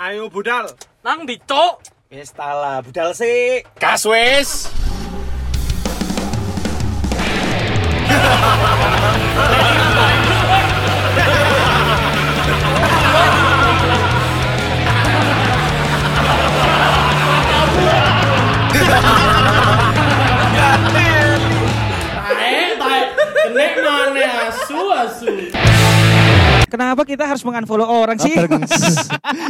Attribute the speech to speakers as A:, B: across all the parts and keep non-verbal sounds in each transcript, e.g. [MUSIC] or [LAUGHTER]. A: Ayo budal.
B: Nang ndi, Cuk?
C: Wis tala, budal sik.
D: Gas wis.
E: Kenapa kita harus mengunfollow orang sih?
F: Oh,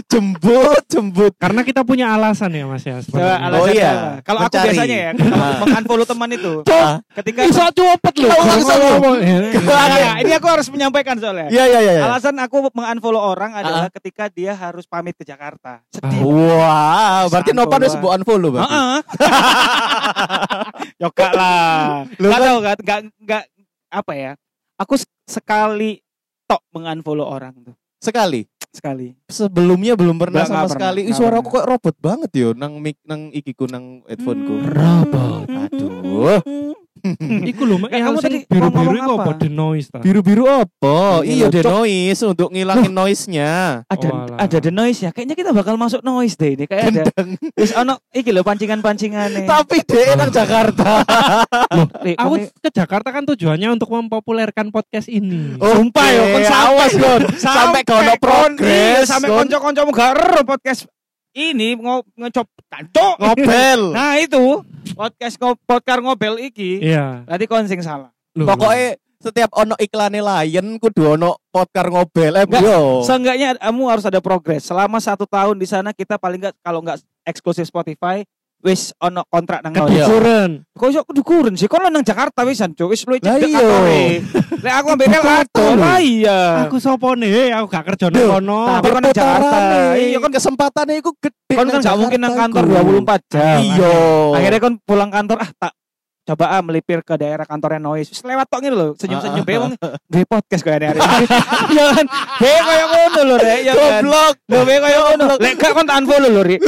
F: jembut, jembut.
G: Karena kita punya alasan ya Mas ya.
E: Coba
G: sebenarnya.
E: alasan
F: Oh iya,
E: apa? Kalau aku
F: mencari.
E: biasanya
F: [LAUGHS]
E: ya,
F: Ah.
E: mengunfollow teman itu.
F: Tuh,
E: Ketika
G: Bisa copot loh.
F: Tahu langsung loh.
G: Ngomong-ngomong, ya.
E: Iya, ini aku harus menyampaikan soalnya.
F: Iya, iya, iya. Ah. iya.
E: Alasan aku mengunfollow orang adalah ketika dia harus pamit ke Jakarta. Sedih.
F: Oh, Wah, berarti
E: Santo
F: Nopan wis
E: doang.
F: mbok unfollow, Bang.
E: Heeh. Yoka
F: Ah.
E: lah. Gak tau kan, gak, gak, apa ya. Aku se- sekali tok mengunfollow orang tuh.
F: Sekali.
E: Sekali.
F: Sebelumnya belum pernah
E: Nggak,
F: sama
E: nggak
F: sekali.
E: pernah,
F: Ih,
E: nggak
F: suara aku
E: pernah.
F: kok robot banget yo nang mic nang ikiku nang
E: Hmm.
F: headphoneku.
D: Robot.
F: Aduh.
G: Iku loh, Mak,
E: Nggak,
G: yang
E: kamu tadi
G: sing biru-biru
E: ngomong
G: iku
E: apa?
G: apa the noise ta?
F: Biru-biru apa?
E: Oh,
F: Iya,
E: iya,
F: the
E: Cok.
F: noise untuk ngilangin noise-nya.
E: Ada
G: Walah.
E: ada the noise ya. Kayaknya kita bakal masuk noise deh ini. Kayak ada. Eh. Terus ono iki loh pancingan-pancingan
F: Tapi deh nang Jakarta.
G: Aku ke Jakarta kan tujuannya untuk mempopulerkan podcast ini.
F: Sumpah yo, kon awas kon. Sampai kono progres.
E: iya, sampai
F: kon.
E: konco-koncomu gak ero podcast ini ngo- ngecop kanto.
F: ngobel.
E: [LAUGHS] Nah itu podcast ngo, podcast ngobel iki.
G: Iya.
E: Berarti kon sing salah.
G: Loh,
F: Pokoknya setiap ono iklane Lion kudu ono podkar ngobel eh
E: Nggak,
F: bro.
E: Seenggaknya kamu harus ada progres. Selama satu tahun di sana kita paling nggak kalau nggak eksklusif Spotify wis ono kontrak nang
F: Iya.
G: Kedukuran.
E: Kok iso kudu kurun sih? Kon lo nang Jakarta wisan, Cuk. Wis luwih
F: Lah
E: cedek
F: iya.
E: kantore. Lek aku ambek
F: Bukan
E: aku.
F: betul.
E: Lah iya.
G: Aku sopone, hei, aku gak kerja nang
F: Duh,
G: kono.
E: tapi kan nang Jakarta.
F: Perputaran
E: Iya
F: iya
E: kan
F: kan kesempatannya itu gede.
E: kon kan nggak mungkin nang kantor 24 jam.
F: Iya.
E: Akhirnya kon pulang kantor ah tak coba ah melipir ke daerah kantornya noise. Wis lewat tok ngene lho, senyum-senyum bae wong duwe podcast koyo hari ini. Ya kan. Bae koyo ngono lho, Rek. Ya kan.
F: Ah, goblok.
E: Lho bae koyo ngono. Lek gak kon tak unfollow lho, Rek.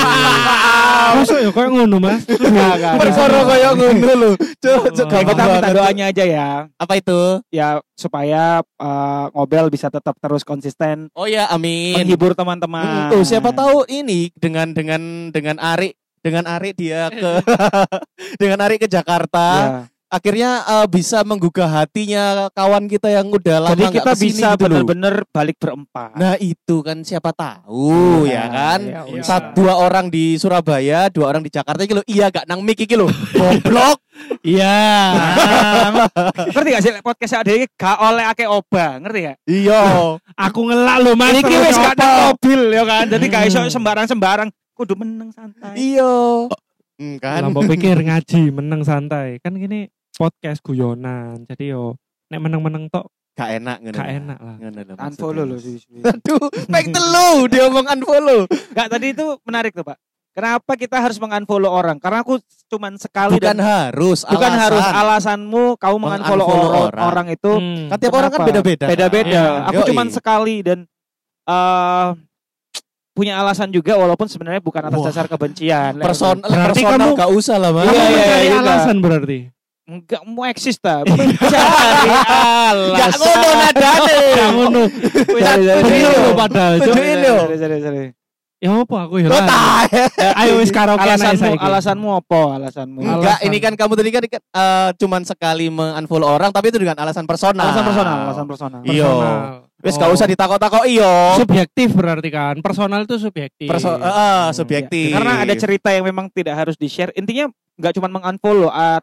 E: Ah,
G: Masuk ya kayak ngono, Mas.
E: Gak,
F: kan.
E: gak, gak.
F: Perkara kaya ngono lho. Cuk,
G: Kita
F: cuk,
E: Ya,
F: gampang
E: kita minta
F: banget.
E: doanya aja ya,
F: Apa itu?
E: ya supaya eh, ngobel bisa tetap terus konsisten
F: Oh ya, amin.
E: menghibur teman-teman.
F: Tuh, siapa tahu ini dengan dengan dengan Ari dengan Ari dia ke [LAUGHS] dengan Ari ke Jakarta
E: Ya.
F: akhirnya eh, bisa menggugah hatinya kawan kita yang udah lama
E: Jadi
F: nggak
E: kita
F: kesini
E: bisa
F: gitu loh.
E: benar-benar balik berempat.
F: [LAUGHS] Nah itu kan siapa tahu ya kan.
E: Ya,
G: Iya.
F: Sat- dua orang di Surabaya, dua orang di Jakarta iki lho. Iya gak nang mik iki lho. Goblok.
E: [LAUGHS]
G: Iya.
E: ngerti gak sih podcast ada ini gak oleh ake oba, ngerti gak?
F: Iya.
G: Aku ngelak loh, Mas.
E: Ini
G: Terus
E: wis
G: apa?
E: gak ada mobil ya kan. Jadi gak iso
G: Hmm.
E: sembarang-sembarang. Kudu meneng santai.
F: Iya. Hmm, kan.
G: Lah mbok pikir ngaji meneng santai. Kan gini podcast guyonan. Jadi yo nek meneng-meneng tok
F: Gak enak ngono.
G: gak enak lah.
F: Ngono lho maksudnya.
E: Unfollow loh sih.
F: Aduh, pek telu dia omong unfollow.
E: Gak tadi itu menarik tuh, Pak. Kenapa kita harus mengunfollow orang? Karena aku cuman sekali
F: Bukan
E: dan
F: harus,
E: bukan
F: alasan.
E: harus alasanmu kamu mengunfollow
F: Mengunfollow
E: orang,
F: orang.
E: orang itu
G: Hmm.
F: Kan tiap orang kan
E: Kenapa?
F: beda-beda.
E: beda-beda.
G: Iya.
E: Aku
F: Yoi.
E: cuman sekali dan eh punya alasan juga walaupun sebenarnya bukan atas
F: Wah.
E: dasar kebencian.
F: Person,
G: Berarti
F: personal
G: kamu-
F: gak usah lah, Mas.
G: Kamu
E: Iya, iya,
G: mencari
E: iya,
G: alasan berarti.
E: Enggak mau eksis ta. Mencari iya.
F: Gak ngono
E: alasan.
F: nadane.
G: Gak ngono.
E: Sorry, sorry,
F: Bener
G: Serius
E: sorry.
G: loh padahal. Cuk.
F: Bener. Ini loh.
E: Sorry, sorry, sorry.
G: Ya apa aku ya.
F: Lo tae.
G: Ayo wis karaoke naik
E: Alasanmu,
G: saiki.
E: alasanmu apa? Alasanmu.
G: Enggak,
F: Enggak,
G: Alasan.
F: ini kan kamu tadi kan eh, cuman sekali mengunfollow orang tapi itu dengan alasan personal.
E: Alasan personal, alasan personal.
F: Nah. Iya.
G: Personal.
F: Wis gak
G: Oh.
F: usah ditakok-takok iyo.
G: subjektif berarti kan personal itu subjektif Iya,
F: Perso eh, subjektif.
E: Iya. Karena ada cerita yang memang tidak harus di-share. Intinya nggak cuma mengunfollow, at-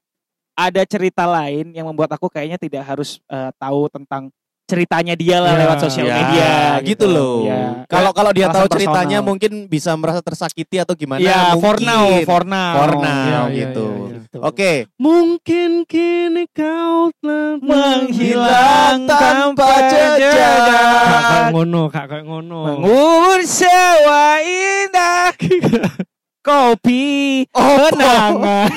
E: ada cerita lain yang membuat aku kayaknya tidak harus eh, tahu tentang ceritanya dia lah
G: Ya.
E: lewat sosial
F: Ya,
E: media
F: gitu loh.
E: Ya.
F: Kalau kalau dia tahu
E: Alasan personal.
F: ceritanya mungkin bisa merasa tersakiti atau gimana
E: Ya,
F: mungkin.
E: for now, for now.
F: For now,
G: Iya, iya,
F: gitu.
G: iya, iya.
F: Oke.
G: mungkin kini kau telah
E: Menghilang tanpa
G: Kak, kayak
E: jejak.
G: ngono kak kayak ngono
E: Mengurus sewa indah. Kopi
F: Oh,
G: [LAUGHS]
E: kenangan.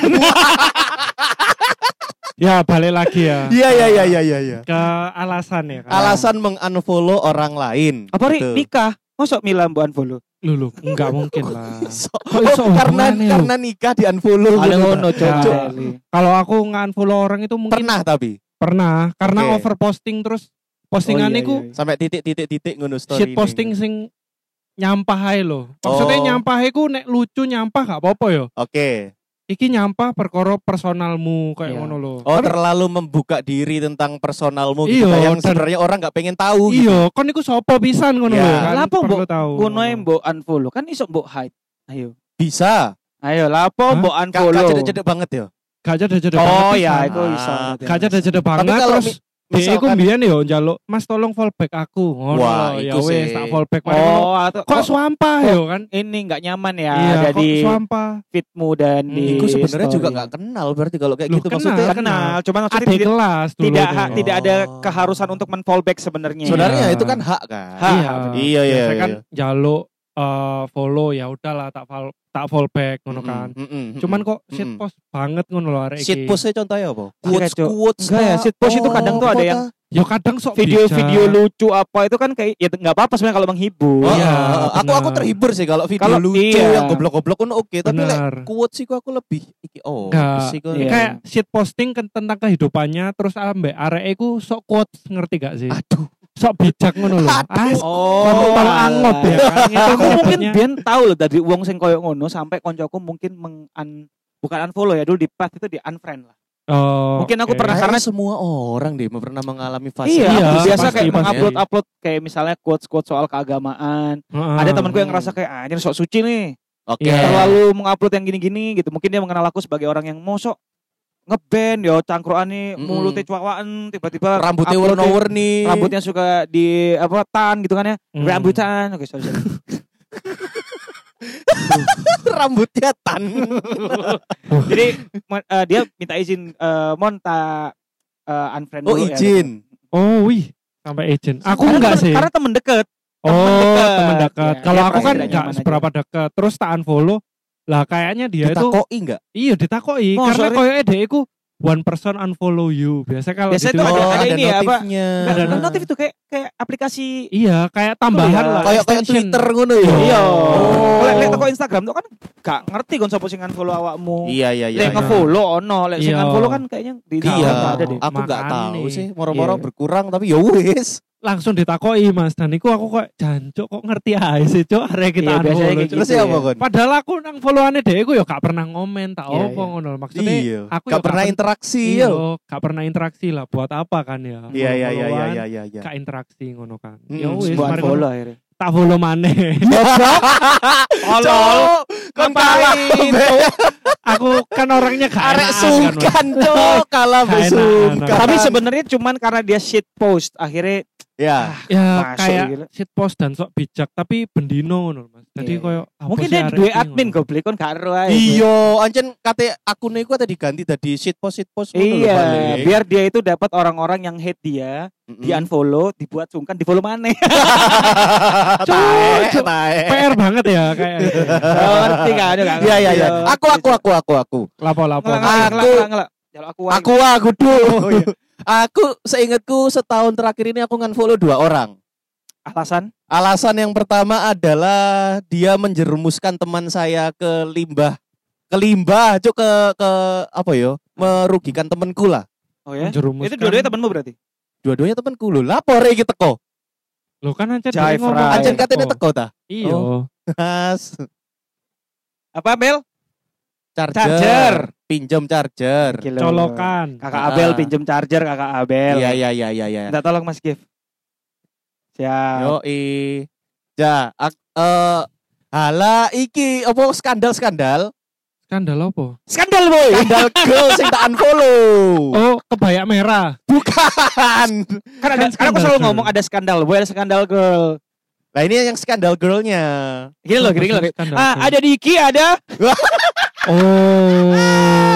G: ya balik lagi ya
F: Iya, iya, iya, iya, iya, iya.
G: ke alasan ya kan?
F: Alasan mengunfollow orang lain.
E: Nah. Apa Ri?
F: Gitu.
E: Nikah. Mosok Mila mbok unfollow?
G: lu lu nggak mungkin lah
F: So-
G: Kok iso
F: oh, karena
G: hubungannya,
F: karena nikah di unfollow. gitu.
E: Ada ngono, Cok.
G: Cok.
E: iya.
G: kalau aku nganfollow orang itu mungkin
F: Pernah tapi
G: pernah karena
F: Oke.
G: overposting terus postingan
E: Oh, iya,
G: itu
E: iya, iya.
F: sampai titik-titik-titik ngono story.
G: shit posting
F: ning.
G: sing nyampah ae lho. Maksudnya
F: Oh.
G: nyampah iku nek lucu nyampah gak apa-apa yo.
F: Oke.
G: Iki nyampah perkara personalmu kayak
E: Iya.
G: ngono lho.
F: Oh,
G: Tapi-
F: terlalu membuka diri tentang personalmu gitu
G: Iya, dan-
F: yang sebenarnya orang nggak pengen tahu gitu.
G: Iya, kon iku sapa pisan ngono
F: Ya.
G: lho. kan
E: Lapo,
G: perlu
E: Mbok?
G: tahu.
E: Kuno yang mbok unfollow kan iso mbok hide. Ayo.
F: Bisa.
E: Ayo lapo
G: Hah?
E: mbok
F: Kak
E: unfollow.
F: cedek-cedek banget ya.
G: Gak cedek-cedek
E: Oh
G: banget
E: ya,
G: pisan.
E: Oh, itu iso. Oh,
F: Ah.
E: berarti.
G: Gak cedek-cedek banget
F: kalau
G: terus
F: mi-
G: Dia iku
F: misalkan-
G: mbiyen yo njaluk, "Mas tolong fallback aku." Ngono
F: Wah,
G: lho. Ya
F: iku
G: wis,
F: sih.
G: tak fallback mari ngono.
E: Oh, atau
G: Kok
E: kok
G: swampah yo kan?
E: ini nggak nyaman ya
G: Iya, kok
E: dari
G: swampah.
E: fitmu dan
G: Hmm,
E: di
F: Iku sebenarnya
E: story.
F: juga nggak kenal berarti kalau kayak
G: Loh,
F: gitu
G: kenal.
F: maksudnya.
E: Nggak kenal, cuman maksudnya
G: Ada
E: tidak
G: kelas dulu.
E: tidak,
G: tuh.
E: ha- tidak ada
F: Oh.
E: keharusan untuk men-follow back sebenarnya.
F: Sebenarnya
G: Iya.
F: itu kan hak kan.
E: Hak.
G: iya
F: Iya, iya,
G: Biasa
F: iya.
G: kan jaluk eh, follow ya udahlah tak fol- tak follow back ngono kan cuman kok shit post banget ngono lho arek iki.
F: shit postnya contohnya apa? Quotes
E: Cuk.
F: quotes.
E: Enggak ya,
F: Pak.
E: shit post itu
F: Oh,
E: kadang tuh ada
F: apa
E: yang
F: ta?
G: ya kadang sok
E: Video-video
G: bijak.
E: lucu apa itu kan kayak ya nggak apa-apa sebenarnya kalau menghibur.
F: Oh,
G: Iya,
F: oh, oh. aku aku
G: benar.
F: terhibur sih kalau video
E: Kalau-
F: lucu
E: iya.
F: yang goblok-goblok kan oke, tapi lek
G: benar
F: quotes sih aku lebih iki oh.
G: Enggak.
F: sih kok.
E: Iya.
G: kayak shit posting ke- tentang kehidupannya terus ambek arek iku sok quotes ngerti gak sih
F: Aduh.
G: sok bijak ngono lho Ah,
F: Aduh.
E: Oh,
G: Kalau angot ya kan, itu
E: Aku mungkin
G: nyebutnya.
E: biyen tahu loh dari uang sing koyo ngono sampai koncoku mungkin meng un- bukan unfollow ya dulu di path itu di unfriend lah.
G: Oh,
E: Mungkin aku
G: oke.
E: pernah-
F: Karena
E: karena-
F: semua orang deh pernah mengalami fase
E: Iya,
G: Iya,
E: aku biasa
G: pasti,
E: kayak
G: pasti.
E: mengupload upload kayak misalnya quotes quotes soal keagamaan.
G: Heeh.
E: Ada temanku
F: Hmm.
E: yang ngerasa kayak anjir sok suci nih,
F: Oke.
G: Iya.
E: terlalu mengupload yang gini-gini gitu. Mungkin dia mengenal aku sebagai orang yang mosok ngeband yo cangkruane
F: Mm-mm.
E: mulutnya cuakwaan tiba-tiba
F: Rambutnya
E: upload-
F: warna-warni.
E: rambutnya suka di apa tan gitu kan ya
G: Hmm.
E: rambutan oke sorry, sorry.
F: [LAUGHS] rambutnya
E: [LAUGHS]
F: tan.
E: Jadi ma- eh, dia minta izin eh, Mon tak eh, unfriend
F: Oh,
E: dulu ya.
F: izin.
G: Oh, wih, sampai agent. Aku
E: Karena
G: enggak
E: temen-
G: sih.
E: Karena temen deket. temen
G: Oh,
E: dekat.
G: teman dekat.
E: Ya,
G: Kalau
E: dia
G: aku
E: merasa
G: kan
E: tidak
G: nggak
E: nyaman aja.
G: seberapa dekat. Terus tak unfollow. Lah kayaknya dia itu
F: Ditakoi enggak?
G: iya ditakoi
E: Oh,
G: karena
E: sorry.
G: koyoke dhek iku one person unfollow you. Biasa kalau
E: Biasanya
G: di
E: tuh
G: Twitter- kan
E: ada- ada ini ya, apa?
F: Oh, notifnya.
E: Nggak,
G: Ada-
E: nggak notif itu kayak kayak aplikasi
G: Iya, kayak tambahan
E: Iya.
G: lah.
F: Kayak kayak
G: extension.
F: Twitter ngono ya.
E: Iya.
F: Oh.
E: Lek lek toko Instagram tuh kan gak ngerti kon sapa sing unfollow awakmu.
F: Iya iya iya.
E: Lek
G: iya.
E: nge-follow ono, lek sing
G: Iya.
E: unfollow kan kayaknya di
F: Iya,
E: nggak
G: Iya.
E: ada deh.
F: aku nggak
G: Makane.
F: tahu sih, moro-moro
E: Iya.
F: berkurang tapi ya wis.
G: Langsung ditakoi Mas dan iku aku kok jancuk kok ngerti ae sih cok arek kita
E: Iya, biasanya
G: unfollow,
E: kayak
G: Cuk.
F: Terus
E: Gitu
F: ya
E: ya.
F: apa kon?
G: Padahal aku nang followane dhek iku ya gak pernah ngomen tak
E: Iya,
G: opo
E: iya.
G: ngono maksudnya
F: Iya.
G: aku
F: Gak
G: juga
F: pernah
G: pen-
F: interaksi
G: iya,
F: ya.
G: gak pernah interaksi lah buat apa kan ya.
F: Iya iya iya iya
G: Follow-followan,
F: iya iya iya.
G: Gak interaksi ngono kan.
F: Mm,
G: Ya wis,
E: Buat
G: mari
E: unfollow akhirnya.
G: tak follow maneh. [LAUGHS]
F: Tolol, kon kalah.
G: aku kan orangnya gak
F: Arek
G: enakan, Mas.
F: sungkan cok, kalah
G: Gak enakan,
F: sungkan.
E: Tapi sebenarnya cuman karena dia shit post akhirnya
F: ya.
G: ya
E: Masuk
G: kayak
E: gila.
G: shit post dan sok bijak tapi bendino ngono mas jadi
E: Iya, iya.
G: koyo apa
E: mungkin
G: sih
E: dia
G: arek
E: duwe
G: iki
E: admin
G: ngono?
E: goblok kon gak ero ae.
F: Iya, ancen kate akune iku tadi ganti dadi shit post shit post
E: Iya, biar dia itu dapat orang-orang yang hate dia, di
F: [LAUGHS]
E: unfollow, Hmm. dibuat sungkan, di follow maneh.
F: Tae, tae.
G: PR banget ya kayak gitu.
E: Ngerti kan? Nggak
F: Iya iya iya.
E: ngerti.
F: Aku aku aku aku aku.
G: lapo lapo
E: Ngelak, ngelak, ngelak,
F: Aku-
E: ngelak, ngelak. Jaluk aku wae.
F: Aku aku tuh. Aku seingatku setahun terakhir ini aku nge-follow dua orang.
E: alasan
F: Alasan yang pertama adalah dia menjerumuskan teman saya ke limbah. Ke limbah, cuk ke ke apa yo? Merugikan temanku lah.
E: Oh ya.
G: jerumus
E: Itu dua-duanya temenmu berarti?
F: Dua-duanya temanku lho. Lapor iki teko.
G: lo kan aja
E: Jive fry. Oh,
F: Anjen
E: Teko.
F: katene teko ta.
G: iya
F: Mas,
E: Apa Bel?
F: charger.
E: Charger.
F: Pinjam charger.
E: Gila.
G: colokan
E: Kakak Abel
F: Ah.
E: pinjem charger Kakak Abel.
F: Iya iya iya iya iya.
E: Minta tolong Mas Gif. Siap.
F: Yo Ja, ak, eh, ala iki apa skandal skandal?
G: skandal apa
E: Skandal boy.
F: Skandal girls yang tak
E: [LAUGHS]
F: unfollow.
G: oh kebaya merah
F: Bukan.
E: Kan ada,
G: Kan
E: karena aku
G: skandal,
E: selalu
G: girl.
E: ngomong ada skandal boy, ada skandal girl.
F: Nah ini yang skandal girlnya.
E: Gini loh, gini loh. Ah, ada Diki, ada.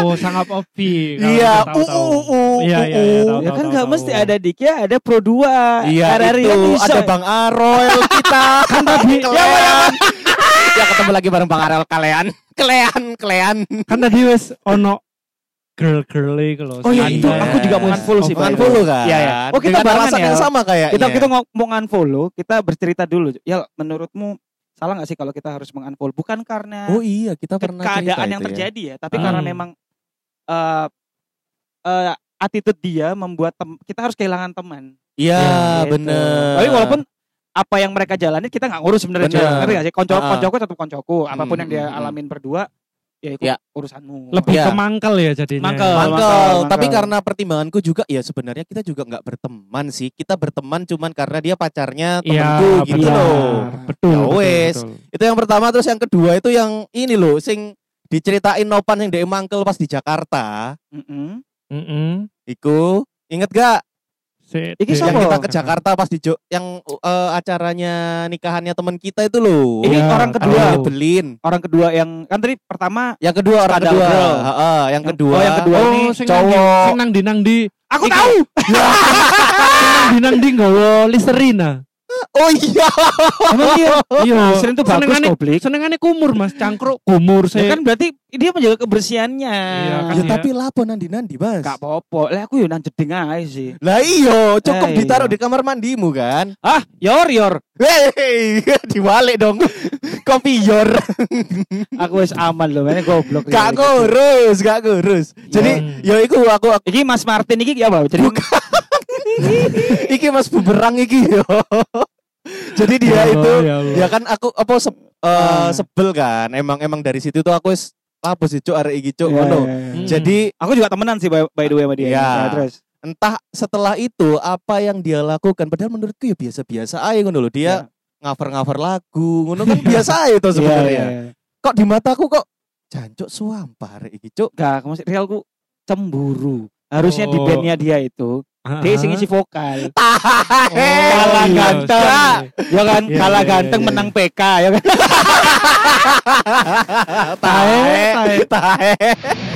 G: oh sangap opi kalau
F: Iya,
G: udah tahu-tahu.
F: uh, uh, uh,
G: iya iya iya,
F: uh, uh.
G: tahu,
E: Ya
G: tahu,
E: kan
G: tahu,
E: nggak
G: tahu.
E: mesti ada Diki, ada Pro 2.
F: Iya
E: RRI
F: itu
E: kan bisa.
F: ada Bang Aroel [LAUGHS] kita.
G: kan tadi
F: Kelean. [LAUGHS] ya ketemu lagi bareng Bang Aroel kalian. Kelean, kelean.
E: uh.
G: kan tadi wes ono girl girl kalau
E: Oh iya,
F: Iya.
E: itu aku juga mau unfollow sih, Pak.
F: Unfollow kan?
E: Iya, iya. Oh, kita
F: Dengan
E: barengan
F: alasan
E: ya.
F: yang sama Iya. kayak.
E: kita kita ngom- mau unfollow kita bercerita dulu ya menurutmu salah nggak sih kalau kita harus mengunfollow bukan karena
F: Oh iya, kita
E: ke-
F: pernah
E: keadaan
F: cerita
E: yang
F: itu ya.
E: terjadi ya, tapi
G: Hmm.
E: karena memang eh eh, attitude dia membuat tem- kita harus kehilangan teman
F: Iya,
E: Gitu.
F: bener.
E: tapi walaupun apa yang mereka jalani kita nggak ngurus sebenarnya
F: Bener.
E: Jol. ngerti nggak sih konco
F: Ah.
E: koncoku tetap koncoku apapun
F: Hmm,
E: yang dia
F: hmm, hmm.
E: alamin berdua ya itu
F: Ya.
E: urusanmu
G: Lebih
F: Iya.
G: ke mangkel ya jadinya.
E: Mangkel.
G: ya.
F: Mangkel,
E: mangkel,
F: tapi
E: mangkel.
F: karena pertimbanganku juga ya sebenarnya kita juga nggak berteman sih. Kita berteman cuman karena dia pacarnya temanku
G: Iya,
F: gitu
G: benar.
F: loh.
G: Betul.
F: Ya
G: betul,
F: wes.
G: betul.
F: Itu yang pertama terus yang kedua itu yang ini loh sing diceritain Nopan yang dari mangkel pas di Jakarta.
E: Mm-mm.
G: Mm-mm.
F: Iku inget gak
G: Sik,
E: Iki
G: Dek.
E: siapa?
F: yang kita ke Jakarta pas di Jo- yang eh, acaranya nikahannya teman kita itu loh.
E: ini
G: Iya,
E: orang kedua
F: Orang
G: tahu.
F: Nyebelin.
E: orang kedua yang kan tadi pertama
F: Yang kedua orang
E: Skandal
F: kedua.
E: Girl.
F: Heeh, yang
E: Yang-
F: kedua.
E: oh, yang kedua.
G: Oh,
E: Ini
G: sing
F: cowok.
G: nang di- sing nang di nang di
E: aku
G: Iki-
E: tahu
G: nang di nang di nggawa listerina.
F: Oh iya.
E: emang dia [LAUGHS]
G: Iya.
E: Listerine itu bagus,
G: Senengane-
E: Goblik.
G: Senengane kumur Mas, cangkruk kumur
E: Ya
G: sih.
E: kan berarti dia menjaga kebersihannya
G: Iya, kan.
F: Ya tapi lapo nandi-nandi, Mas.
E: Gak apa-apa. Lah aku yo nang jeding ae sih.
F: Lah iyo, cukup
E: Eh, iya.
F: ditaruh di kamar mandimu kan.
E: Ah, yor yor.
F: Hei, [LAUGHS] diwalik dong. Kopi yor,
E: Aku wis aman loh, ini goblok. Iya,
F: gak
E: Iki.
F: ngurus, gak ngurus. Jadi
E: Iya.
F: ya iku aku, aku
E: Iki Mas Martin iki ya apa? Jadi
F: iki Mas bumerang iki yo. Jadi
E: Iya,
F: dia itu
G: Oh, ya Allah.
F: ya kan aku apa se- eh,
E: Ah.
F: sebel kan. Emang emang dari situ tuh aku wis apa sih cuk arek iki cuk
E: Iya,
F: ngono.
E: iya, iya.
G: Hmm.
F: Jadi
E: Aku juga temenan sih by, by the way sama dia.
F: Iya.
E: Ya, terus.
F: entah setelah itu apa yang dia lakukan padahal menurutku ya biasa-biasa aja ngono loh
E: Iya.
F: dia ngaver-ngaver lagu ngono kan biasa aja tuh sebenarnya
E: iya,
F: kok di mataku kok jancuk suampah arek iki cuk
E: Gak, aku masih realku cemburu. Harusnya di
G: Oh.
E: bandnya dia itu,
G: Ah, ah.
E: dia sing isi vokal. Ah,
G: Oh,
E: kalah
G: iya,
E: ganteng.
G: sorry.
E: ya kan,
G: Iya,
E: kalah
G: iya,
E: ganteng
G: iya,
E: menang PK [LAUGHS] ya kan.
F: tahe tahe